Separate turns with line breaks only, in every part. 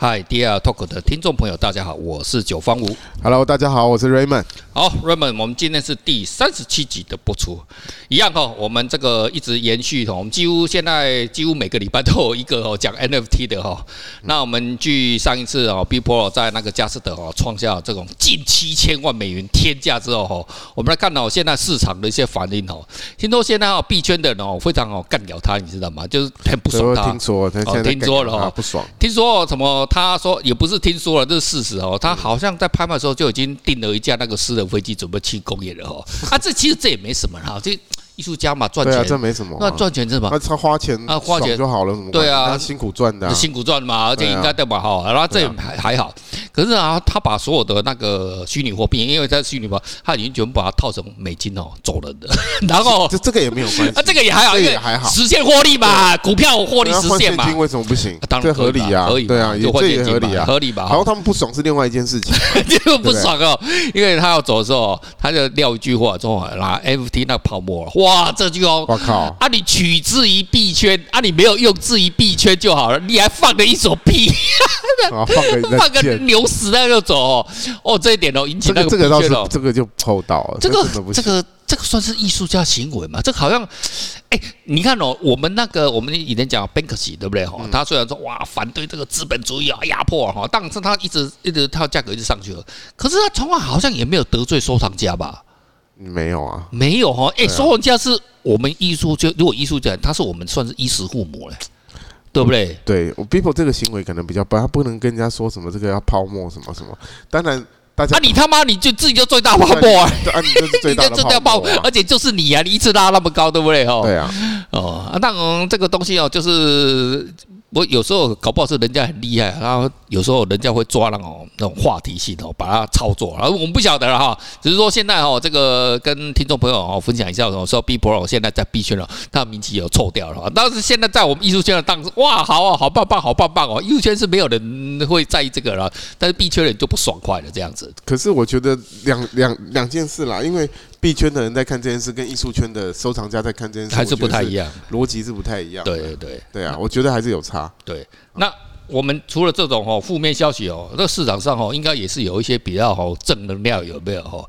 嗨，Dear Talk 的听众朋友，大家好，我是九方吴。
Hello，大家好，我是 Raymond。
好，Raymond，我们今天是第三十七集的播出，一样哈、哦，我们这个一直延续哈、哦，我们几乎现在几乎每个礼拜都有一个哦讲 NFT 的哈、哦。那我们据上一次哦 b i p o 在那个佳士得哦创下这种近七千万美元天价之后哈，我们来看到现在市场的一些反应哦，听说现在哦币圈的人哦非常哦干掉他，你知道吗？就是很不爽
我
他。
听说，他
哦
现在在
听说了哦
干嘛不爽。
听说什么？他说也不是听说了，这是事实哦。
嗯
他好像在拍卖的时候就已经订了一架那个私人飞机，准备去公演了 哦。啊，这其实这也没什么啦，这艺术家嘛赚
对啊，这
钱，
没什么啊。
那赚钱是吧？
那他花钱
啊花钱
爽就好了，怎么办
对啊
他辛苦赚的啊。
辛苦赚嘛，而且
对啊
应该对吧？哈，然后
啊
这也还还好。可是啊，他把所有的那个虚拟货币，因为在虚拟货币，他已经全部把它套成美金哦，走人 的。然后
这这个也没有关系
啊，这个也还好，
这
因
个
为
也还好
实现获利嘛，股票获利
对啊
实
换
现
现
嘛，
金为什么不行
啊？当
这
然
合理啊
可以，嘛
对啊，也
就换
这
现
也合
金嘛
理啊，
合理吧
然后他们不爽是另外一件 事情，
就不爽哦，因为他要走的时候，他就撂一句话说：“啦，FT 那泡沫了，哇，这句哦，
我 靠，
啊，你取之于币圈，啊，你没有用之于币圈就好了，你还放了一手屁，
啊，放个人
放个
贱
牛屎在那走哦，哦，这一点哦，引起
这
那
个
个
这个倒
币
是
圈哦
这个就厚道了，
哦这个
真的不
这
行。
个这个算是艺术家行为嘛？这个好像，哎，你看哦，我们那个我们以前讲 Banksy 对不对？
嗯
哈，他虽然说哇反对这个资本主义啊压迫啊哈，但是他一直一直他价格一直上去了，可是他从来好像也没有得罪收藏家吧？
没有啊，
没有哈，哎，收藏家是我们艺术就如果艺术家，他是我们算是衣食父母嘞，对不对？
对我 people 这个行为可能比较笨，他不能跟人家说什么这个要泡沫什么什么。当然，大家
啊，你他妈你就自己就最大泡沫啊！
对啊，你就是最
你
大
就
的
最大
泡
泡
沫
沫
啊，
而且就是你啊，你一次拉那么高，对不对？哦，
对啊，
哦，啊，当然这个东西哦，就是我有时候搞不好是人家很厉害，然后有时候人家会抓那种那种话题性哦，把它操作，然后我们不晓得了哈，只是说现在哦，这个跟听众朋友哦分享一下哦，说 B Pro 哦现在在 B 圈了，他的名气有臭掉了，但是现在在我们艺术圈的当时，哇，好啊，好棒棒，好棒棒哦，艺术圈是没有人会在意这个了，但是 B 圈人就不爽快了这样子，
可是我觉得两两两件事啦，因为币圈的人在看这件事，跟艺术圈的收藏家在看这件事
还是不太一
样，
样，
逻辑是不太一样。
对对对。
对啊，我觉得还是有差。
对，那我们除了这种哦负面消息哦，那市场上哦应该也是有一些比较哦正能量有没有哦？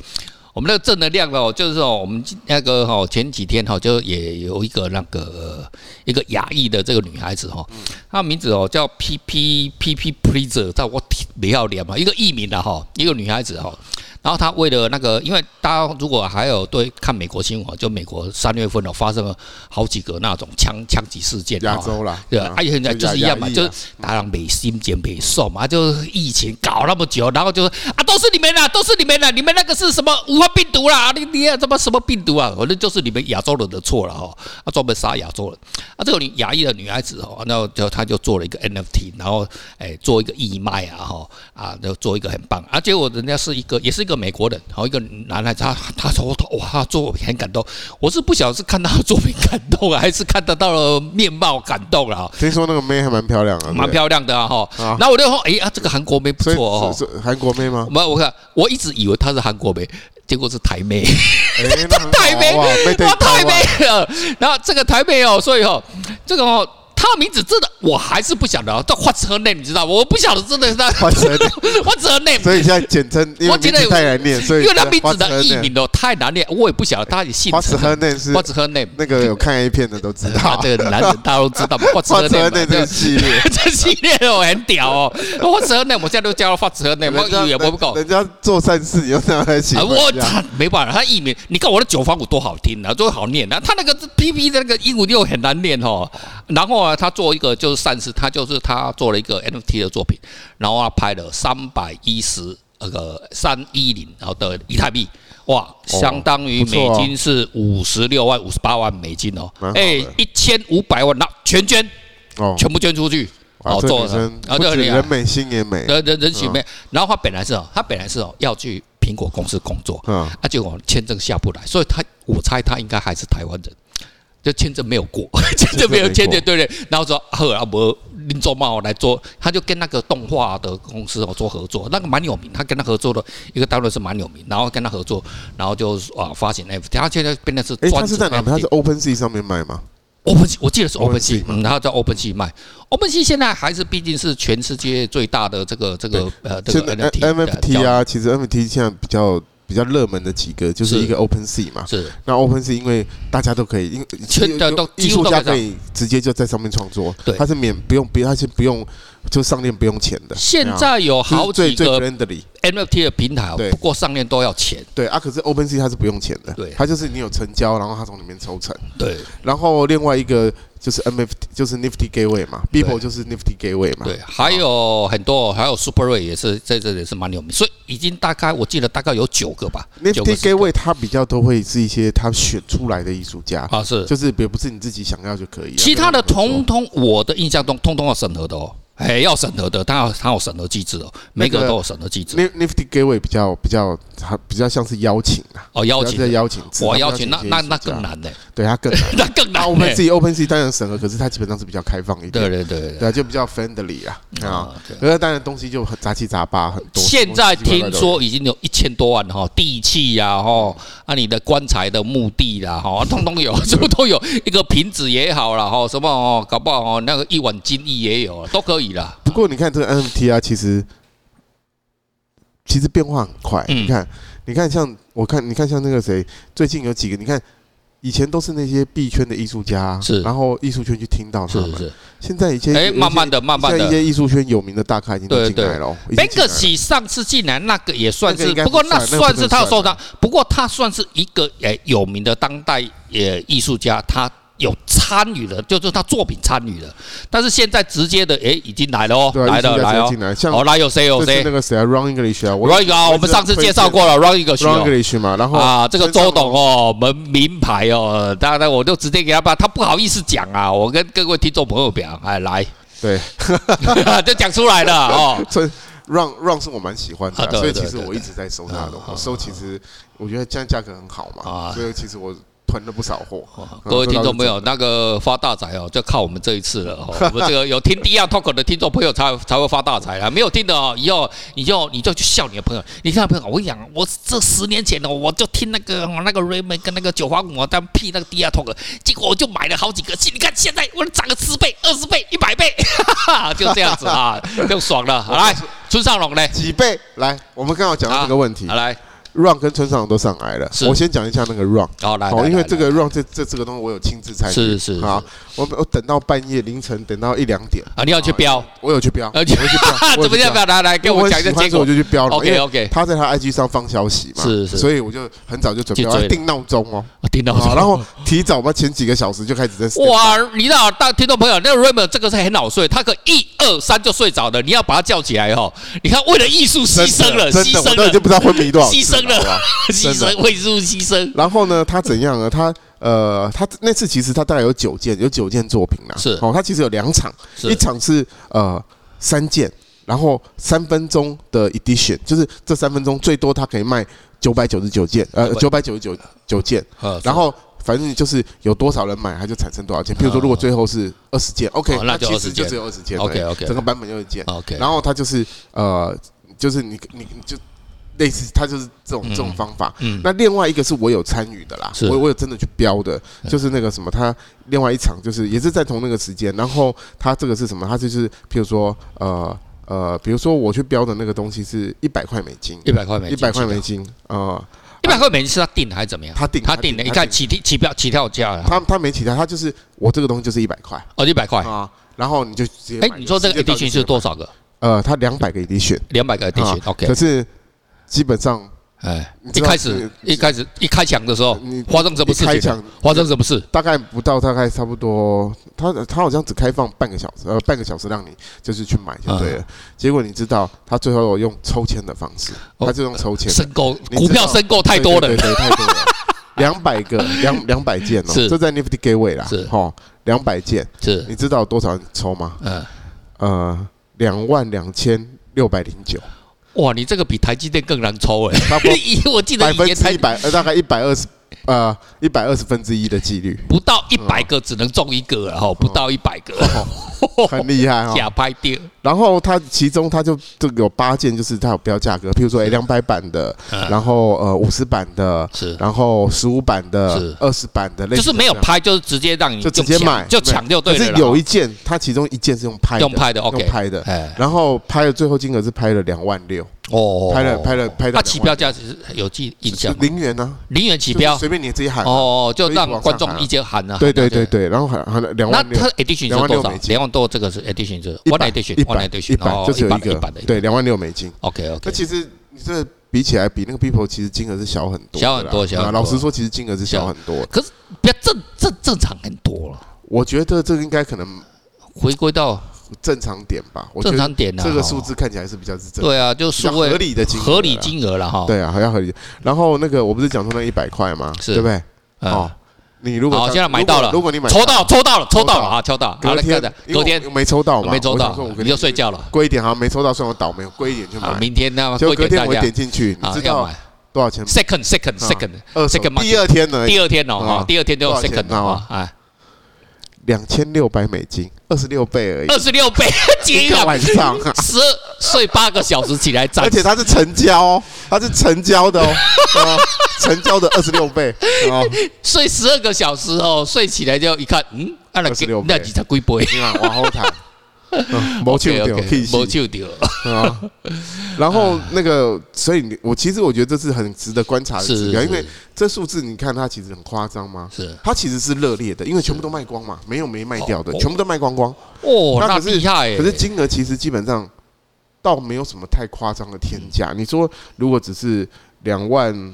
我们那个正能量哦，就是哦，我们那个哦，前几天哦，就也有一个那个呃一个亚裔的这个女孩子哈、哦，她名字哦叫 P P P P Pleaser，但我挺不要脸嘛，一个艺名的哈，一个女孩子哈、哦。然后她为了那个，因为大家如果还有对看美国新闻哦，就美国三月份哦发生了好几个那种枪枪击事件哦，
亚洲啦，
对啊，啊，现在就是一样嘛，
亚裔啊
就是大家没心情没受嘛，就是疫情搞那么久，然后就说啊，都是你们啦，都是你们啊啦，你们那个是什么武汉病毒啦，你你啊什么什么病毒啊，反正就是你们亚洲人的错了哈，啊，专门杀亚洲人，啊，这个女亚裔的女孩子哦，那就她就做了一个 NFT，然后哎做一个义卖啊哈啊，就做一个很棒，啊，结果人家是一个也是一个美国人，哦好一个男孩子，他他说哇，他作品很感动，我是不晓得是看到作品感动啊，还是看得到了面貌感动了啊哦哈。
听说那个妹还蛮漂亮啊，
蛮漂亮的啊哈。
啊
然后我就说，哎啊，这个韩国妹不
对
错哦。
所以是是韩国妹 吗？
我我看我一直以为她是韩国妹，结果是台妹，
哎，那很好
台妹，
哇，妹对
哇台
啊
妹了。然后这个台妹哦，所以哦，这个哦。她名字真的我还是不晓得，这 What's her name 你知道吗？我不晓得真的是她
换成，
What's her name，
所以现在简称，因
我
为名
觉得
字太难念，所以
因为她名字的艺
译
名哦太难念，我也不晓得她的姓
花
陈
池
啊。
河内是
What's her name？
那个有看 A 片的都知
啊
道，，
这个男人大家都知道嘛，What's
花
her
池
name？
河内
嘛
这个
对
系列。
这系列哦很屌哦，What's her name？我现在都叫她 What's her name，我
人家
以为我不够。
人家做善事，你又拿来请
啊，
人
我
家
他没办法，他译名，你看我的九方舞多好听啊，多好念啊，他那个 P P 的那个英文又很难念哦。然后啊，他做一个就是善事，他就是他做了一个 N F T 的作品，然后他啊拍了三百一十那个三一零然后的以太币。哇，
哦
相当于
不错
美
哦
金是五十六万、五十八万美金哦
蛮，好的
哎，一千五百万，那全捐，
哦
全部捐出去，
哇
哦，
这
做
女
了
生，
啊，
不
这
止
里
人美心也美，
人人人
嗯
行妹，然后他本来是哦，他本来是哦要去苹果公司工作，
嗯
啊，结果签证下不来，所以他我猜他应该还是台湾人，就签证没有过， 签证没有签
没
证，对不对？然后说赫拉伯林卓茂来做，他就跟那个动画的公司哦做合作，那个蛮有名，他跟他合作的一个大陆是蛮有名，然后跟他合作，然后就啊发行 F，他现在变成是
哎，
专
他
职
是在哪？
NFT，
他是 Open Sea 上面卖吗？
Open 我记得是 Open
OpenSea
系，嗯，然后在 Open 系卖。Open 系现在还是毕竟是全世界最大的这个这个呃这
现
个
在
NFT
呃
的
NFT，啊，其实 NFT 现在比较比较热门的几个，就是
是
一个 Open Sea 嘛。
是
那 Open Sea 因为大家都可以，因
全都都
艺
几乎
术
都
家
可以
可以直接就在上面创作，
对
它是免不用不它是不用就上链不用钱的。
现
对啊
在有
就是
好
最
几
最
个
friendly，
NFT 的平台哦
对，
不过上面都要钱。
对啊，可是 Open Sea 它是不用钱的，
对
它就是你有成交，然后它从里面抽成。
对
然后另外一个就是 NFT，就是 Nifty Gateway 嘛，Beeple 就是 Nifty Gateway 嘛。
对，还有很多，还有 SuperRay 也是在这里是蛮有名，所以已经大概我记得大概有九个吧，九个
，Nifty
十个
Gateway 它比较都会是一些他选出来的艺术家，
啊是，
就是也不是你自己想要就可以啊。
其他的
跟他们合
通
作
通我的印象中通通要审核的哦，哎要审核的，它有它有审核机制哦，每个
那个
都有审核机制
Nif- Nifty Gateway 比较比较它比较像是邀请啊，
哦，邀
比较
请
是
的
邀请制，
我
它
邀
不
请，
像
那
一
那
些艺术
那
家
更，难呢，
对它更难。
那更难
那
呢。
我们自己 Open Sea 当然审核，可是它基本上是比较开放一
对
点，
对对对
对啊，就比较 friendly 啊啊。
啊。对
可是当然东西就很杂七杂八很多。
现在
东西奇奇怪怪
听
都有
说已经有一千多万哈，地契呀、哈，啊你的棺材的墓地啦 哈，通通有，什么都有，一个瓶子也好啦哈，什么哦，搞不好哦那个一碗金翼也有，都可以啦。
不过你看这个 NFT 啊，其实其实变化很快。
嗯
你看，你看像我看，你看像那个谁，最近有几个，你看以前都是那些币圈的艺术家啊，
是
然后艺术圈去听到他
是
们。
是
现在一些
是，哎、
有一些
慢慢的，慢慢
现在一
的。
些艺术圈有名的大咖已经都
对
进来了哦。已经进来了
Banksy 上次进来那个也算
那个
是
应该，
不过
不
那
算那个
算
不
是
能
他的受
算
伤，不过他算是一个诶有名的当代呃艺术家，他有参与了，就是他作品参与了，但是现在直接的诶已经来了哦，
对啊
来了
艺术家直
来
接
哦
进，来，像
哦，来有谁有
这次
谁
那个谁啊，Ron English 啊
r o n g 啊，我们上次介绍过了 r o n g
，Ron
哦
English 嘛，然后
啊，这个
村上
周董哦，门名牌哦，当然我就直接给他吧，他不好意思讲啊，我跟各位听众朋友讲，哎，来，
对，
就讲出来了哦，
这 Run Run 是我蛮喜欢的
啊
啊，
对
所以其
对
实
对
我一直在收它的东西。
啊
我收其实我觉得这样价格很好
啊哦
嘛，所以其实我囤了不少货。啊
各位听众朋
没有？
友，那个发大财哦，就靠我们这一次了哦， 我们这个有听第二 talk 的听众朋友才才会发大财啊，没有听的哦，以后你就你就去笑你的朋友，你看朋友，我跟你讲，我这十年前呢，我就听那个那个 Raymond 跟那个九华五啊，他们 P 那个第二 talk，结果我就买了好几个，你看现在我涨了十倍、二十倍、一百倍， 就这样子啊，就爽了。好来，村上龙嘞，
几倍？来，我们刚好讲到这个问题
好来，
，Run 跟村上都上来了
啊是。
我先讲一下那个 Run。
好来，
好，
来
因为
来
这个 Run 这这这个东西我有亲自参与。
是是
好，我我等到半夜凌晨，等到一两点，
啊，你要去标，呃
我有去标，我
要
有
去
去标，我 有
怎么
去
样？
标？
来来，给
因为
我
我
讲一下
喜欢
结
所
果
以我。就去标了。因
OK
为
OK，
他在他 IG 上放消息嘛，
是是
所以我就很早就准
去追
备要
了
定闹钟哦。
我听到
啊，然后提早吧，前几个小时就开始在
哇，你知道，大听众朋友，那个 Raymond 这个是很好睡，他可一二三就睡着了，你要把他叫起来哦。你看，为了艺术牺牲了，
真
牺
的，
牲
我都已经
了，
不知道昏迷多少次
牺牲了
好 不好
牺
真
牲为艺术牺牲，
然后呢，他怎样呢？啊他呃，他那次其实他大概有九件，有九件作品啦。
是
哦，他其实有两场，
是
一场是呃三件，然后三分钟的 edition，就是这三分钟最多他可以卖九百九十九件，呃，九百九十九九件，
呃
然后。反正就是有多少人买，它就产生多少件。譬如说，如果最后是二十件，OK，
啊哦那就
它其实
20件
就只有二十件而已。
OK，OK
整个版本有一件。
OK，
然后他就是呃，就是你你你就类似，他就是这种、这种方法。
嗯
那另外一个是我有参与的啦
是，嗯
我我有真的去标的，就是那个什么，他另外一场就是也是在同那个时间，然后他这个是什么？他就是譬如说呃呃，比如说我去标的那个东西是一百块美金，
一百块美
一
金，
百块美，金，呃，
一百块美金是他定的还是怎么样？
他定
他定的，你看起跳起标起跳价啊，
他他没其他，他就是我这个东西就是一百块
哦，一百块。
啊，然后你就直接
哎
买，
你说这个 e
直接到
d i
就直
是
接
多少个？
买呃，他两百个 edition，
两百个 e d i
啊
OK，
可是基本上。
哎，
你
一
知道
开始
你
一开始一开抢的时候
你，
发生什么事
一开
情
抢
了？发生什么事？
大概不到，大概差不多，他他好像只开放半个小时，呃，半个小时让你就是去买就
啊
对了。结果你知道，他最后用抽签的方式，
哦
他就用抽签，
申购
你知
股
道
票申购太多了
对，对对，太多 了，两百个两两百件哦，
是
这在 Nifty Gateway 啦，
是
哦，两百件，
是
你知道多少人抽吗？
嗯。
呃，两万两千六百零九，
哇，你这个比台积电更难抽哎、
差 不多
以我记得
百
以
分
前
之
台
一百，呃，大概一百二十，呃，一百二十分之一的几率，
不到一百个只能中一个了哈，不到一百个，
嗯很厉害哦。
假拍掉。
然后它其中它就这个有八件，就是它有标价格，譬如说诶两百版的，然后呃五十版的，
嗯是
然后十五版的
是，
二十版的，类
就
似
是没有
这样
拍，就是直接让你
就直接
抢
买，
就抢就对
可
了
是
啦。
有一件，它其中一件是用拍的，
用拍的，OK，
用拍的，
哎，
然后拍的最后金额是拍了两万六，
哦，
拍了拍了拍了
它起标价是有记印象吗，
零元呢，
零元起
就
标
随便你自己喊，
哦，就让观
就一直往上
众
喊
一直喊啊。
对对
喊啊
对。对，然后喊喊了两
那
万六
它。edition 是
26,000
多少
美？金
两万多，这个是 edition，就是
一
one
百
edition
一
one
百
edition，
一百
哦
就只有
100
一
的
个
100的，
对，两万六美金。
，OK
那
OK，
其实你这比起来，比那个 people 其实金额是小很多的啦，
小很多小很
啊
多
老实说，其实金额是小很多。
可是比较正正正常很多了，
我觉得这个应该可能
回归到
正常点吧。我觉
正
得
常点啊。
这个
哦
数字看起来是比较是正，
对啊，就
比较
数
合
位
理的金额啦
合理金额了哈。
对啊，还要合理。然后那个我不是讲说那一百块吗？
是
对不对？
嗯
哦，你如果
好
当
现在买到了
如果如果你买
抽到抽到了抽
抽到
到了啊，抽到了。好
隔
了，
天
哥的，隔天
因为我没抽到嘛，
没抽
我想
到
说我，隔
你
天
就睡觉了。
贵一点，好像没抽到，算我倒霉，我贵一点去
啊，
买。
明天呢？
结
过
果
一
隔
天
天
大
我
家
点进去，你
啊
知
要
道
买
多少钱吗？
second second
啊
second
二手
second
第
market
二天呢，
第二天哦，
啊
哈，第二天就有
多少钱
second
你知道
哦
吗，
哎，
两千六百美金，二十六倍而已，
二十六 倍，
一
惊
个
了
晚，上啊。
十睡八个小时起来涨
而，且它是成交哦，它是成交的哦， 啊成交的二十六倍哦，
睡十二个小时哦，睡起来就一看，嗯，啊那
26倍
那几只龟 杯，
你看往后谈，啊 没抢
OK，OK，
到，气死
没救掉，
啊。然后那个，所以你我其实我觉得这是很值得观察的
是
指标，
是
因为这数字你看它其实很夸张吗？
是
它其实是热烈的，因为全部都卖光嘛，没有没卖掉的
哦，哦
全部都卖光光。
哦，
那
那
可是
厉害欸，
可是金额其实基本上倒没有什么太夸张的天
嗯
价。你说如果只是两万，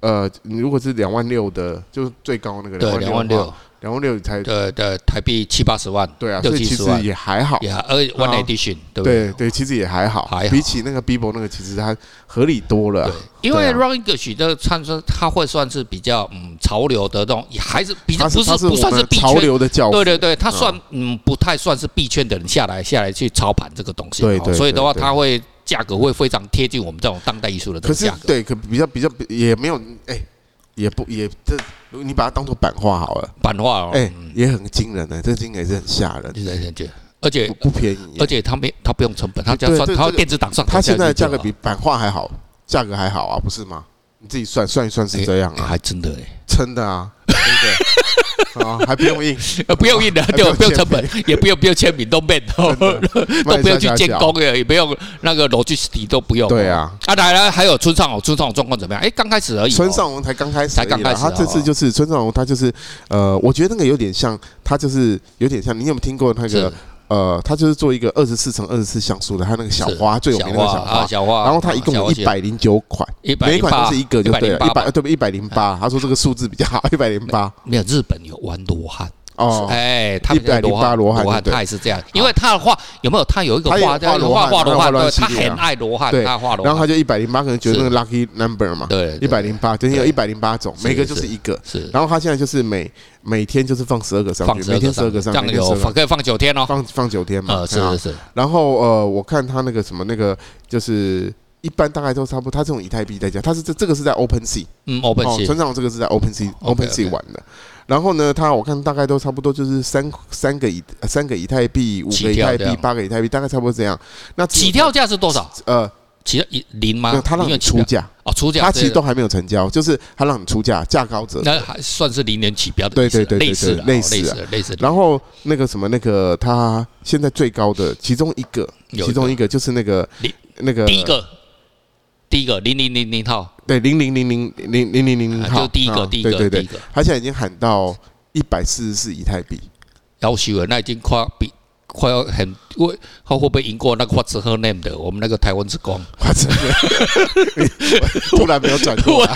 呃，你如果是两万六的，就是最高那个
对两
两
万
万
六
六，，啊两万六才
对对，台币七八十万，
对啊，
六
所以
七
其
十
实
万，
也还好。
也还而且 one
啊
edition 对不
对？对，其实也还好，
还好
比起那个 Bibo 那个，其实它合理多了啊、
对，因为
对啊
r o n g i s h 的唱说，它会算是比较嗯潮流的那种，也还是比较
它
不
它是
不
我
算是
们
币
潮
圈。
流啊的教父
对对对，它算嗯不太算是币圈的人下来下来去操盘这个东西，
对
哦
对
所以的
对
话
对
它会价格会非常贴近我们这种当代艺术的这
可
个
是
价格。
对，可比较比较也没有，哎、也不也这，你把它当做版画好了，
版画哦，
哎、
嗯
也很惊人呢、这个金额也是很吓人，
是这样子而且
不不便宜啊耶、
而且它没它不用成本，它只要
对
算
对
它
这个
电子档上，
它现在的价格比版画还好，价格还好啊，不是吗？你自己算算一算是这样
哎
啊，
还真的哎，
真的啊，对不对？ 啊，还不用印，
呃 不用印的，
还啊不
对，
用
不用
签
成本，也不用不用签名，都没
的
都不用去
卖一下
监
下
工的，也不用那个逻辑题都不用。
对啊，
啊，来了，还有村上哦，村上的状况怎么样？哎，刚开始而已、哦。
村上龙才刚开始而已啦，
才刚开始哦
他这次就是村上龙，他就是呃，我觉得那个有点像，他就是有点像，你有没有听过那
是
个呃，他就是做一个二十四乘二十四像素的，他那个小花最有名的那个
小
小
花啊，
花，
小花。
然后他一共
小
有
花
一百零九款，
一百
每一
零
款
八
都是一个就对了，一
108
百对不一百零八，他说这个数字比较好，一百零八
没有日本有玩罗汉
哦，
哎，他们叫
108罗汉
罗汉
对
他也是这样，因为他的画有没有？他有一个
他也
画
画
叫
罗
画
汉
画罗
他
汉，
有画
对
罗汉
他
系列啊
很爱罗汉，
对
他画罗
然后
汉
他就一百零八，可能觉得那个 lucky number 嘛，
对
一
对
百零八，等于有一百零八种，
是
每个就是一个。
是
然后他现在就是每每天就是放十二个上
放
去，每天十二个上
这样
去，每天12
有
个上
放可以放九天哦。
放放九天嘛，
呃，是
对啊
是是，
然后呃，我看他那个什么那个，就是一般大概都差不多，他这种以太币在家，他是这这个是在 Open Sea
嗯，open
哦，
sea
村长这个是在 Open Sea
OK，OK
Open Sea 玩的。然后呢，他我看大概都差不多就是三三个以三个以太币、五
起
个以
跳
太
这
币、
样
八个以太币，大概差不多这样。那只有
起跳价是多少？
呃，
起跳一零
没有
吗？
他让
因为
你
起
出
跳
价，
哦，出价
他其实
对对
都还没有成交，就是他让你出价，价高者
那还算是零点起标的意思了，
对对对对
类似了，
对
哦类
类
似
似啊
了，类似了。
然后那个什么那个他现在最高的其中一个，
有一个
其中一个就是那个
零
那个
第一个，第一个零零零零号，
对零零零零零零零零
啊
号，
就第一个，
啊
第一个，
对对
第一
对，
个，
他现在已经喊到一百四十四以太币，
要求了，那已经快要比快要很，我他会不会赢过那个 What's Her Name 的？我们那个台湾之 光
哇，真的，你 突然没有转 过来，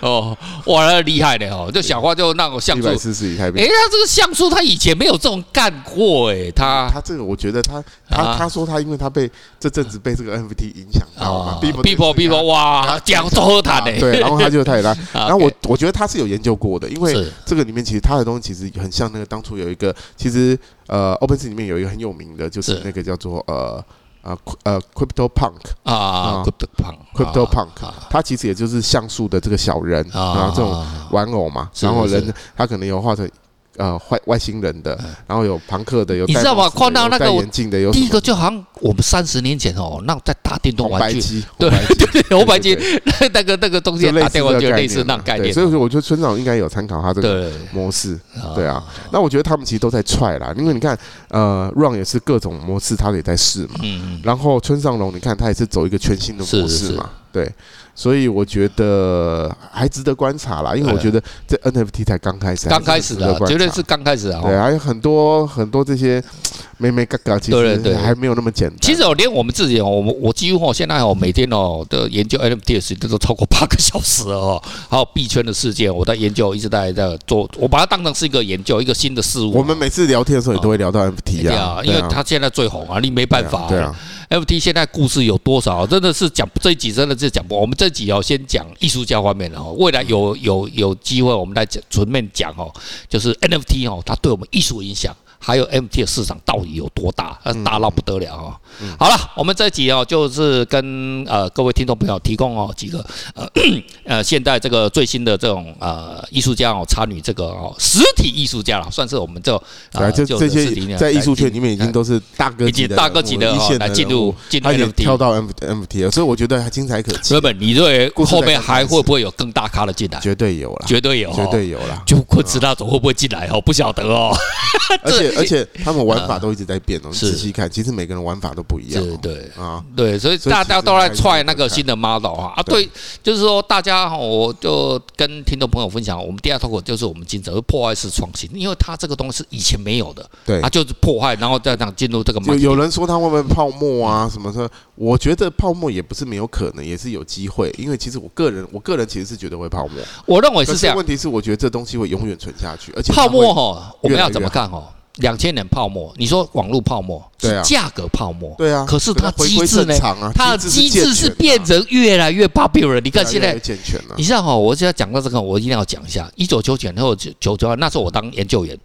哦，哇，那厉害的哦，这小花就那个像
一
素，
百四十四以太
诶，
币。
他这个像素他以前没有这种干过诶，他
啊他这个，我觉得他他
啊
他说他因为他被这阵子被这个 NFT 影响到嘛
啊
b i b
，People People，哇，讲都好谈诶，
对，然后他就他也来，
啊
然后我
OK，
我觉得他是有研究过的，因为
是
这个里面其实他的东西其实很像那个当初有一个，其实呃，OpenSea 里面有一个很有名的，就是
是
那个叫做呃呃呃 Crypto Punk，
啊
啊
，Crypto Punk
Crypto Punk，
啊
它其实也就是像素的这个小人
啊
啊，这种玩偶嘛。
是
然后人
是
他可能有画成呃外外星人的，然后有朋克的，有
你
戴
知道
帽
吗
子的
看到
有
那个
戴
我
眼镜的，有
第
什
一
么
个就好像我们三十年前哦，那在打电动
红
玩
哦白
具，
机，
对
红白
对
机
对，
对
红白机
对
那那个那个东西
就类
打
似
电
这
话
个
就
概
类似
念
那
啊
种概
对
念
所，以我觉得村长应该有参考他这个
对
模式，
啊
对啊。那我觉得他们其实都在踹啦，因为你看，呃，Run 也是各种模式，他也在试嘛。
嗯，
然后村上隆，你看他也是走一个全新的模
是
式
是
嘛，对，所以我觉得还值得观察啦，因为我
对
觉得这 NFT 才刚开始，
刚开始
还
的啊
是值得观察
绝对是刚开始啊。
对，还有很多很多这些妹妹嘎嘎，其
对对
实
对
还没有那么简单。
其实哦，连我们自己哦，我们我几乎哦，现在哦，每天哦的研究 NFT 的时间都超过八个小时了哦，还有币圈的事件，我在研究，一直在在做，我把它当成是一个研究，一个新的事物啊。
我们每次聊天的时候也都会聊到 NFT
对
啊
啊，，因为它现在最红啊，你没办法、
对啊，
FT 现在故事有多少？真的是讲这一集真的是讲不完。我们这一集哦，先讲艺术家方面的哦，未来有有有机会我们再讲全面讲哦，就是 NFT 哦，它对我们艺术影响。还有 MT 的市场到底有多大？呃，
嗯
大到不得了哦！好了，我们这一集哦，就是跟呃各位听众朋友提供哦几个呃 呃现在这个最新的这种呃艺术家哦参与这个哦实体艺术家了，算是我们这
对啊，
呃
就
旧
这
的实体
些
呢
在艺术
来
圈里面已经都是大哥
已
级
经
的
大哥级的
人物一
哦
线的
来进
人物
入进入
他也
NFT
跳到 M NFT 了，所以我觉得还精彩可期
日，本，你认为
故事在
后面
刚开
还
始
会不会有更大咖的进来？
绝对有啦，
绝对有、哦，
绝对有嗯啦。
就棍子那种会不会进来哦？不晓得哦。
而且而且他们玩法都一直在变哦，你
嗯是
仔细看，其实每个人玩法都不一样
对
哦。
对
啊，
对，所以
所以
大
其
家
实
都在
还是
踹
有
那个
看
新的 model 啊啊！
对
对，就是说大家哈，我就跟听众朋友分享，我们第二脱口就是我们经常会破坏式创新，因为它这个东西是以前没有的，
对
它，就是破坏，然后再让进入这个
有
market
有人说他会不会泡沫啊什么的，我觉得泡沫也不是没有可能，也是有机会，因为其实我个人我个人其实是觉得会泡沫，
我认为
可
哎是这样，
问题是我觉得这东西会永远存下去，而且它
泡
会
沫哈，我们
越来
要怎
越
么看哈？两千年泡沫，你说网络泡沫
对
是
啊
价格泡沫，
对啊，
可是它
回
机
归
制
正
呢
常啊，
它的机
健
制是
全的
变
啊
得越来越 popular。你看
对啊
现
越来
在
越健全了
你，知道哈、我现在讲到这个，我一定要讲一下。一九九九年后九九九那时候我当研究员，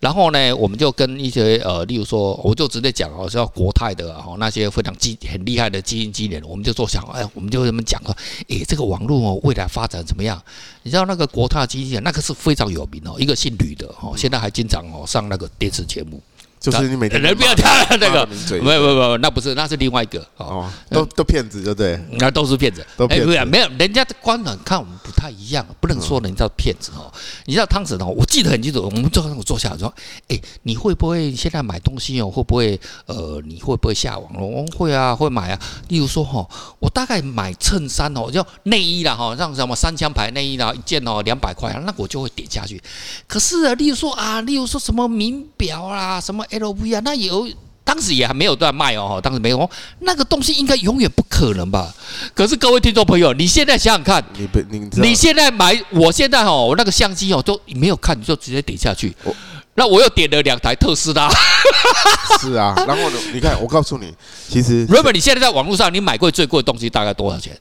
然后呢，我们就跟一些呃，例如说，我就直接讲哦，像国泰的哦，那些非常基很厉害的基因经理人，我们就做想，哎，我们就这么讲说，诶，这个网络哦，未来发展怎么样？你知道那个国泰的基因经理人，那个是非常有名哦，一个姓吕的哦，现在还经常哦上那个电视节目。
就是你嗯每天
呃人
骂
不要
他
他那
骂
个
他名嘴
没有没有没有，那不是，那是另外一个哦。
哦，都都骗子，对不对？
那都是骗子，
都骗子
哎不是没有人家的观感看我们不太一样，不能说人家骗子哦。你知道汤神哦，我记得很清楚，我们坐我坐下来说，哎，你会不会现在买东西哦？会不会呃，你会不会下网络？我说会啊，会买啊。例如说哈、哦，我大概买衬衫哦，就内衣啦哈、哦，像什么三枪牌内衣啦，一件哦两百块啊，那我就会点下去。可是啊，例如说啊，例如说什么名表啊，什么 LV 啊，那有。当时也还没有在卖哦，当时没有，那个东西应该永远不可能吧？可是各位听众朋友，你现在想想看，
你不，你知道
你现在买，我现在哦，我那个相机哦都没有看，你就直接点下去
我。
那我又点了两台特斯 拉。
是啊。然后呢，你看，我告诉你，其实
Robert，你现在在网络上你买过最贵的东西大概多少钱？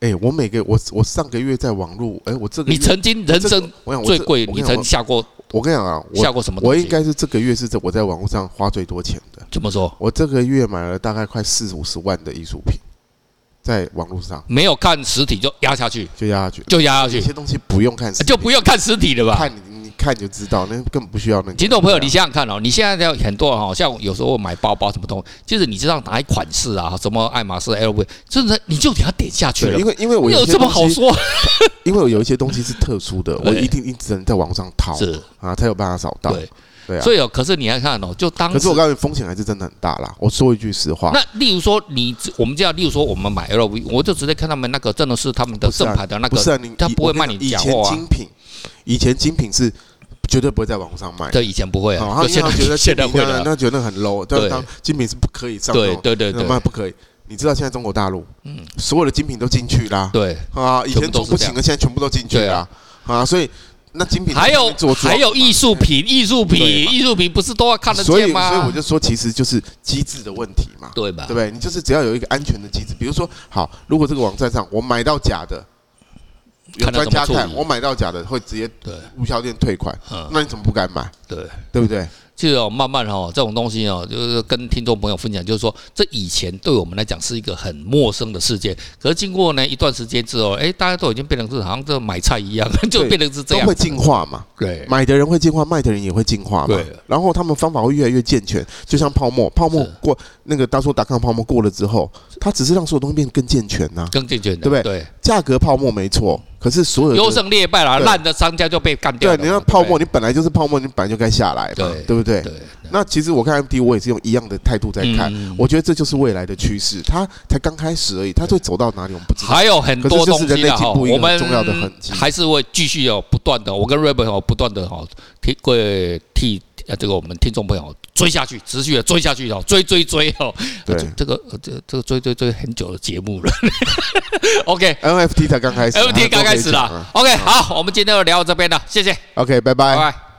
哎，我每个我我上个月在网络，哎，我这个
你
月
曾经人
这
生
个我想我
最
这
贵，
我
你
跟
曾
讲
下过
我我跟你讲啊，
下
我
过什么东
我
西？
应该是这个月是这我在网络上花最多钱的。
怎么说？
我这个月买了大概快四五十万的艺术品，在网络上
没有看实体就压下去，
就压下去。
就压下
有
去，
些东西不用看，
啊就不用看实体了吧？
看你你看就知道，那根本不需要那个。
听众朋友，你想想看哦，你现在要很多哦，像有时候买包包什么东西，就是你知道哪一款式啊，什么爱马仕、LV，真的你就给它点下去
对，
了
因。为因为我
没有
有些
这么
东
好
西，
说，
因为我有一些东西是特殊的，我
对
一定一直能在网上淘
是
啊，才有办法找到。
对，
对啊，
所以哦，可是你要看哦，就当
可是
时
我告诉你，风险还是真的很大啦。我说一句实话，
那例如说你我们这样，例如说我们买 LV，我就直接看他们那个真的是他们的
不是
正
啊
牌的那
不
个
是啊，你
他
以
不会
我跟
卖
讲
你
以
假
前
货啊
精品，以前精品是绝对不会在网上卖的。
对，以前不会
哦
啊，
他
就
们因
现在
为他们觉得
现在
精品
会
那
了，
那觉得那很 low，但
对
当精品是不可以上那
对
种
对对
那
对
卖不可以。你知道现在中国大陆，所有的精品都进去啦，
对。
啊，以前
全部都
做
是
不行的，现在全部都进去
对
啦，啊，所以那精品
还有
做
还有艺术品，艺术品，
对嘛
艺术品不是都要看得
所以
见
所以我
吗？
就说，其实就是机制的问题嘛，
对啊吧
对不？对？你就是只要有一个安全的机制，比如说，好，如果这个网站上我买到假的，有
看他怎
专
么
家
处
看
理
我买到假的会直接
对
无效店退款
嗯，
那你怎么不敢买？
对。
对不对？
就哦，慢慢哦，这种东西哦，就是跟听众朋友分享，就是说，这以前对我们来讲是一个很陌生的世界，可是经过呢一段时间之后，哎，大家都已经变成是好像这买菜一样， 就变成是这
都
样
会，进化嘛，
对
买的人会进化，卖的人也会进化嘛
对。
然后他们方法会越来越健全，就像泡沫，泡沫
是
过那个大叔达康泡沫过了之后，它只是让所有东西变得更健全呐、
更健全的，
对不对
对，
价格泡沫没错，可是所有的
优胜劣败啦，
对
烂的商家就被干掉
对，
了嘛。
你要
对不对
泡沫，，你本来就是泡沫，你本来就该下来嘛，
对
对不对？
对，
那其实我看 MD，我也是用一样的态度在看
嗯嗯嗯，
我觉得这就是未来的趋势，它才刚开始而已，它会走到哪里我们不知道。
还有很多东
可是
西
这是人
的
类
哈，
进步一
我
个
们
很重要的痕迹
还是会继续哦，不断的，我跟 Rabbit 哦，不断的哈，替为替呃这个我们听众朋友追下去，持续的追下去哦，追追追哦，
对
这这个呃这这个追追追很久的节目了 ，OK。
NFT 才刚开始
FT 刚开始
了
了。，OK，好，我们今天就聊到这边了，谢谢，
啊 OK，拜拜
拜。拜。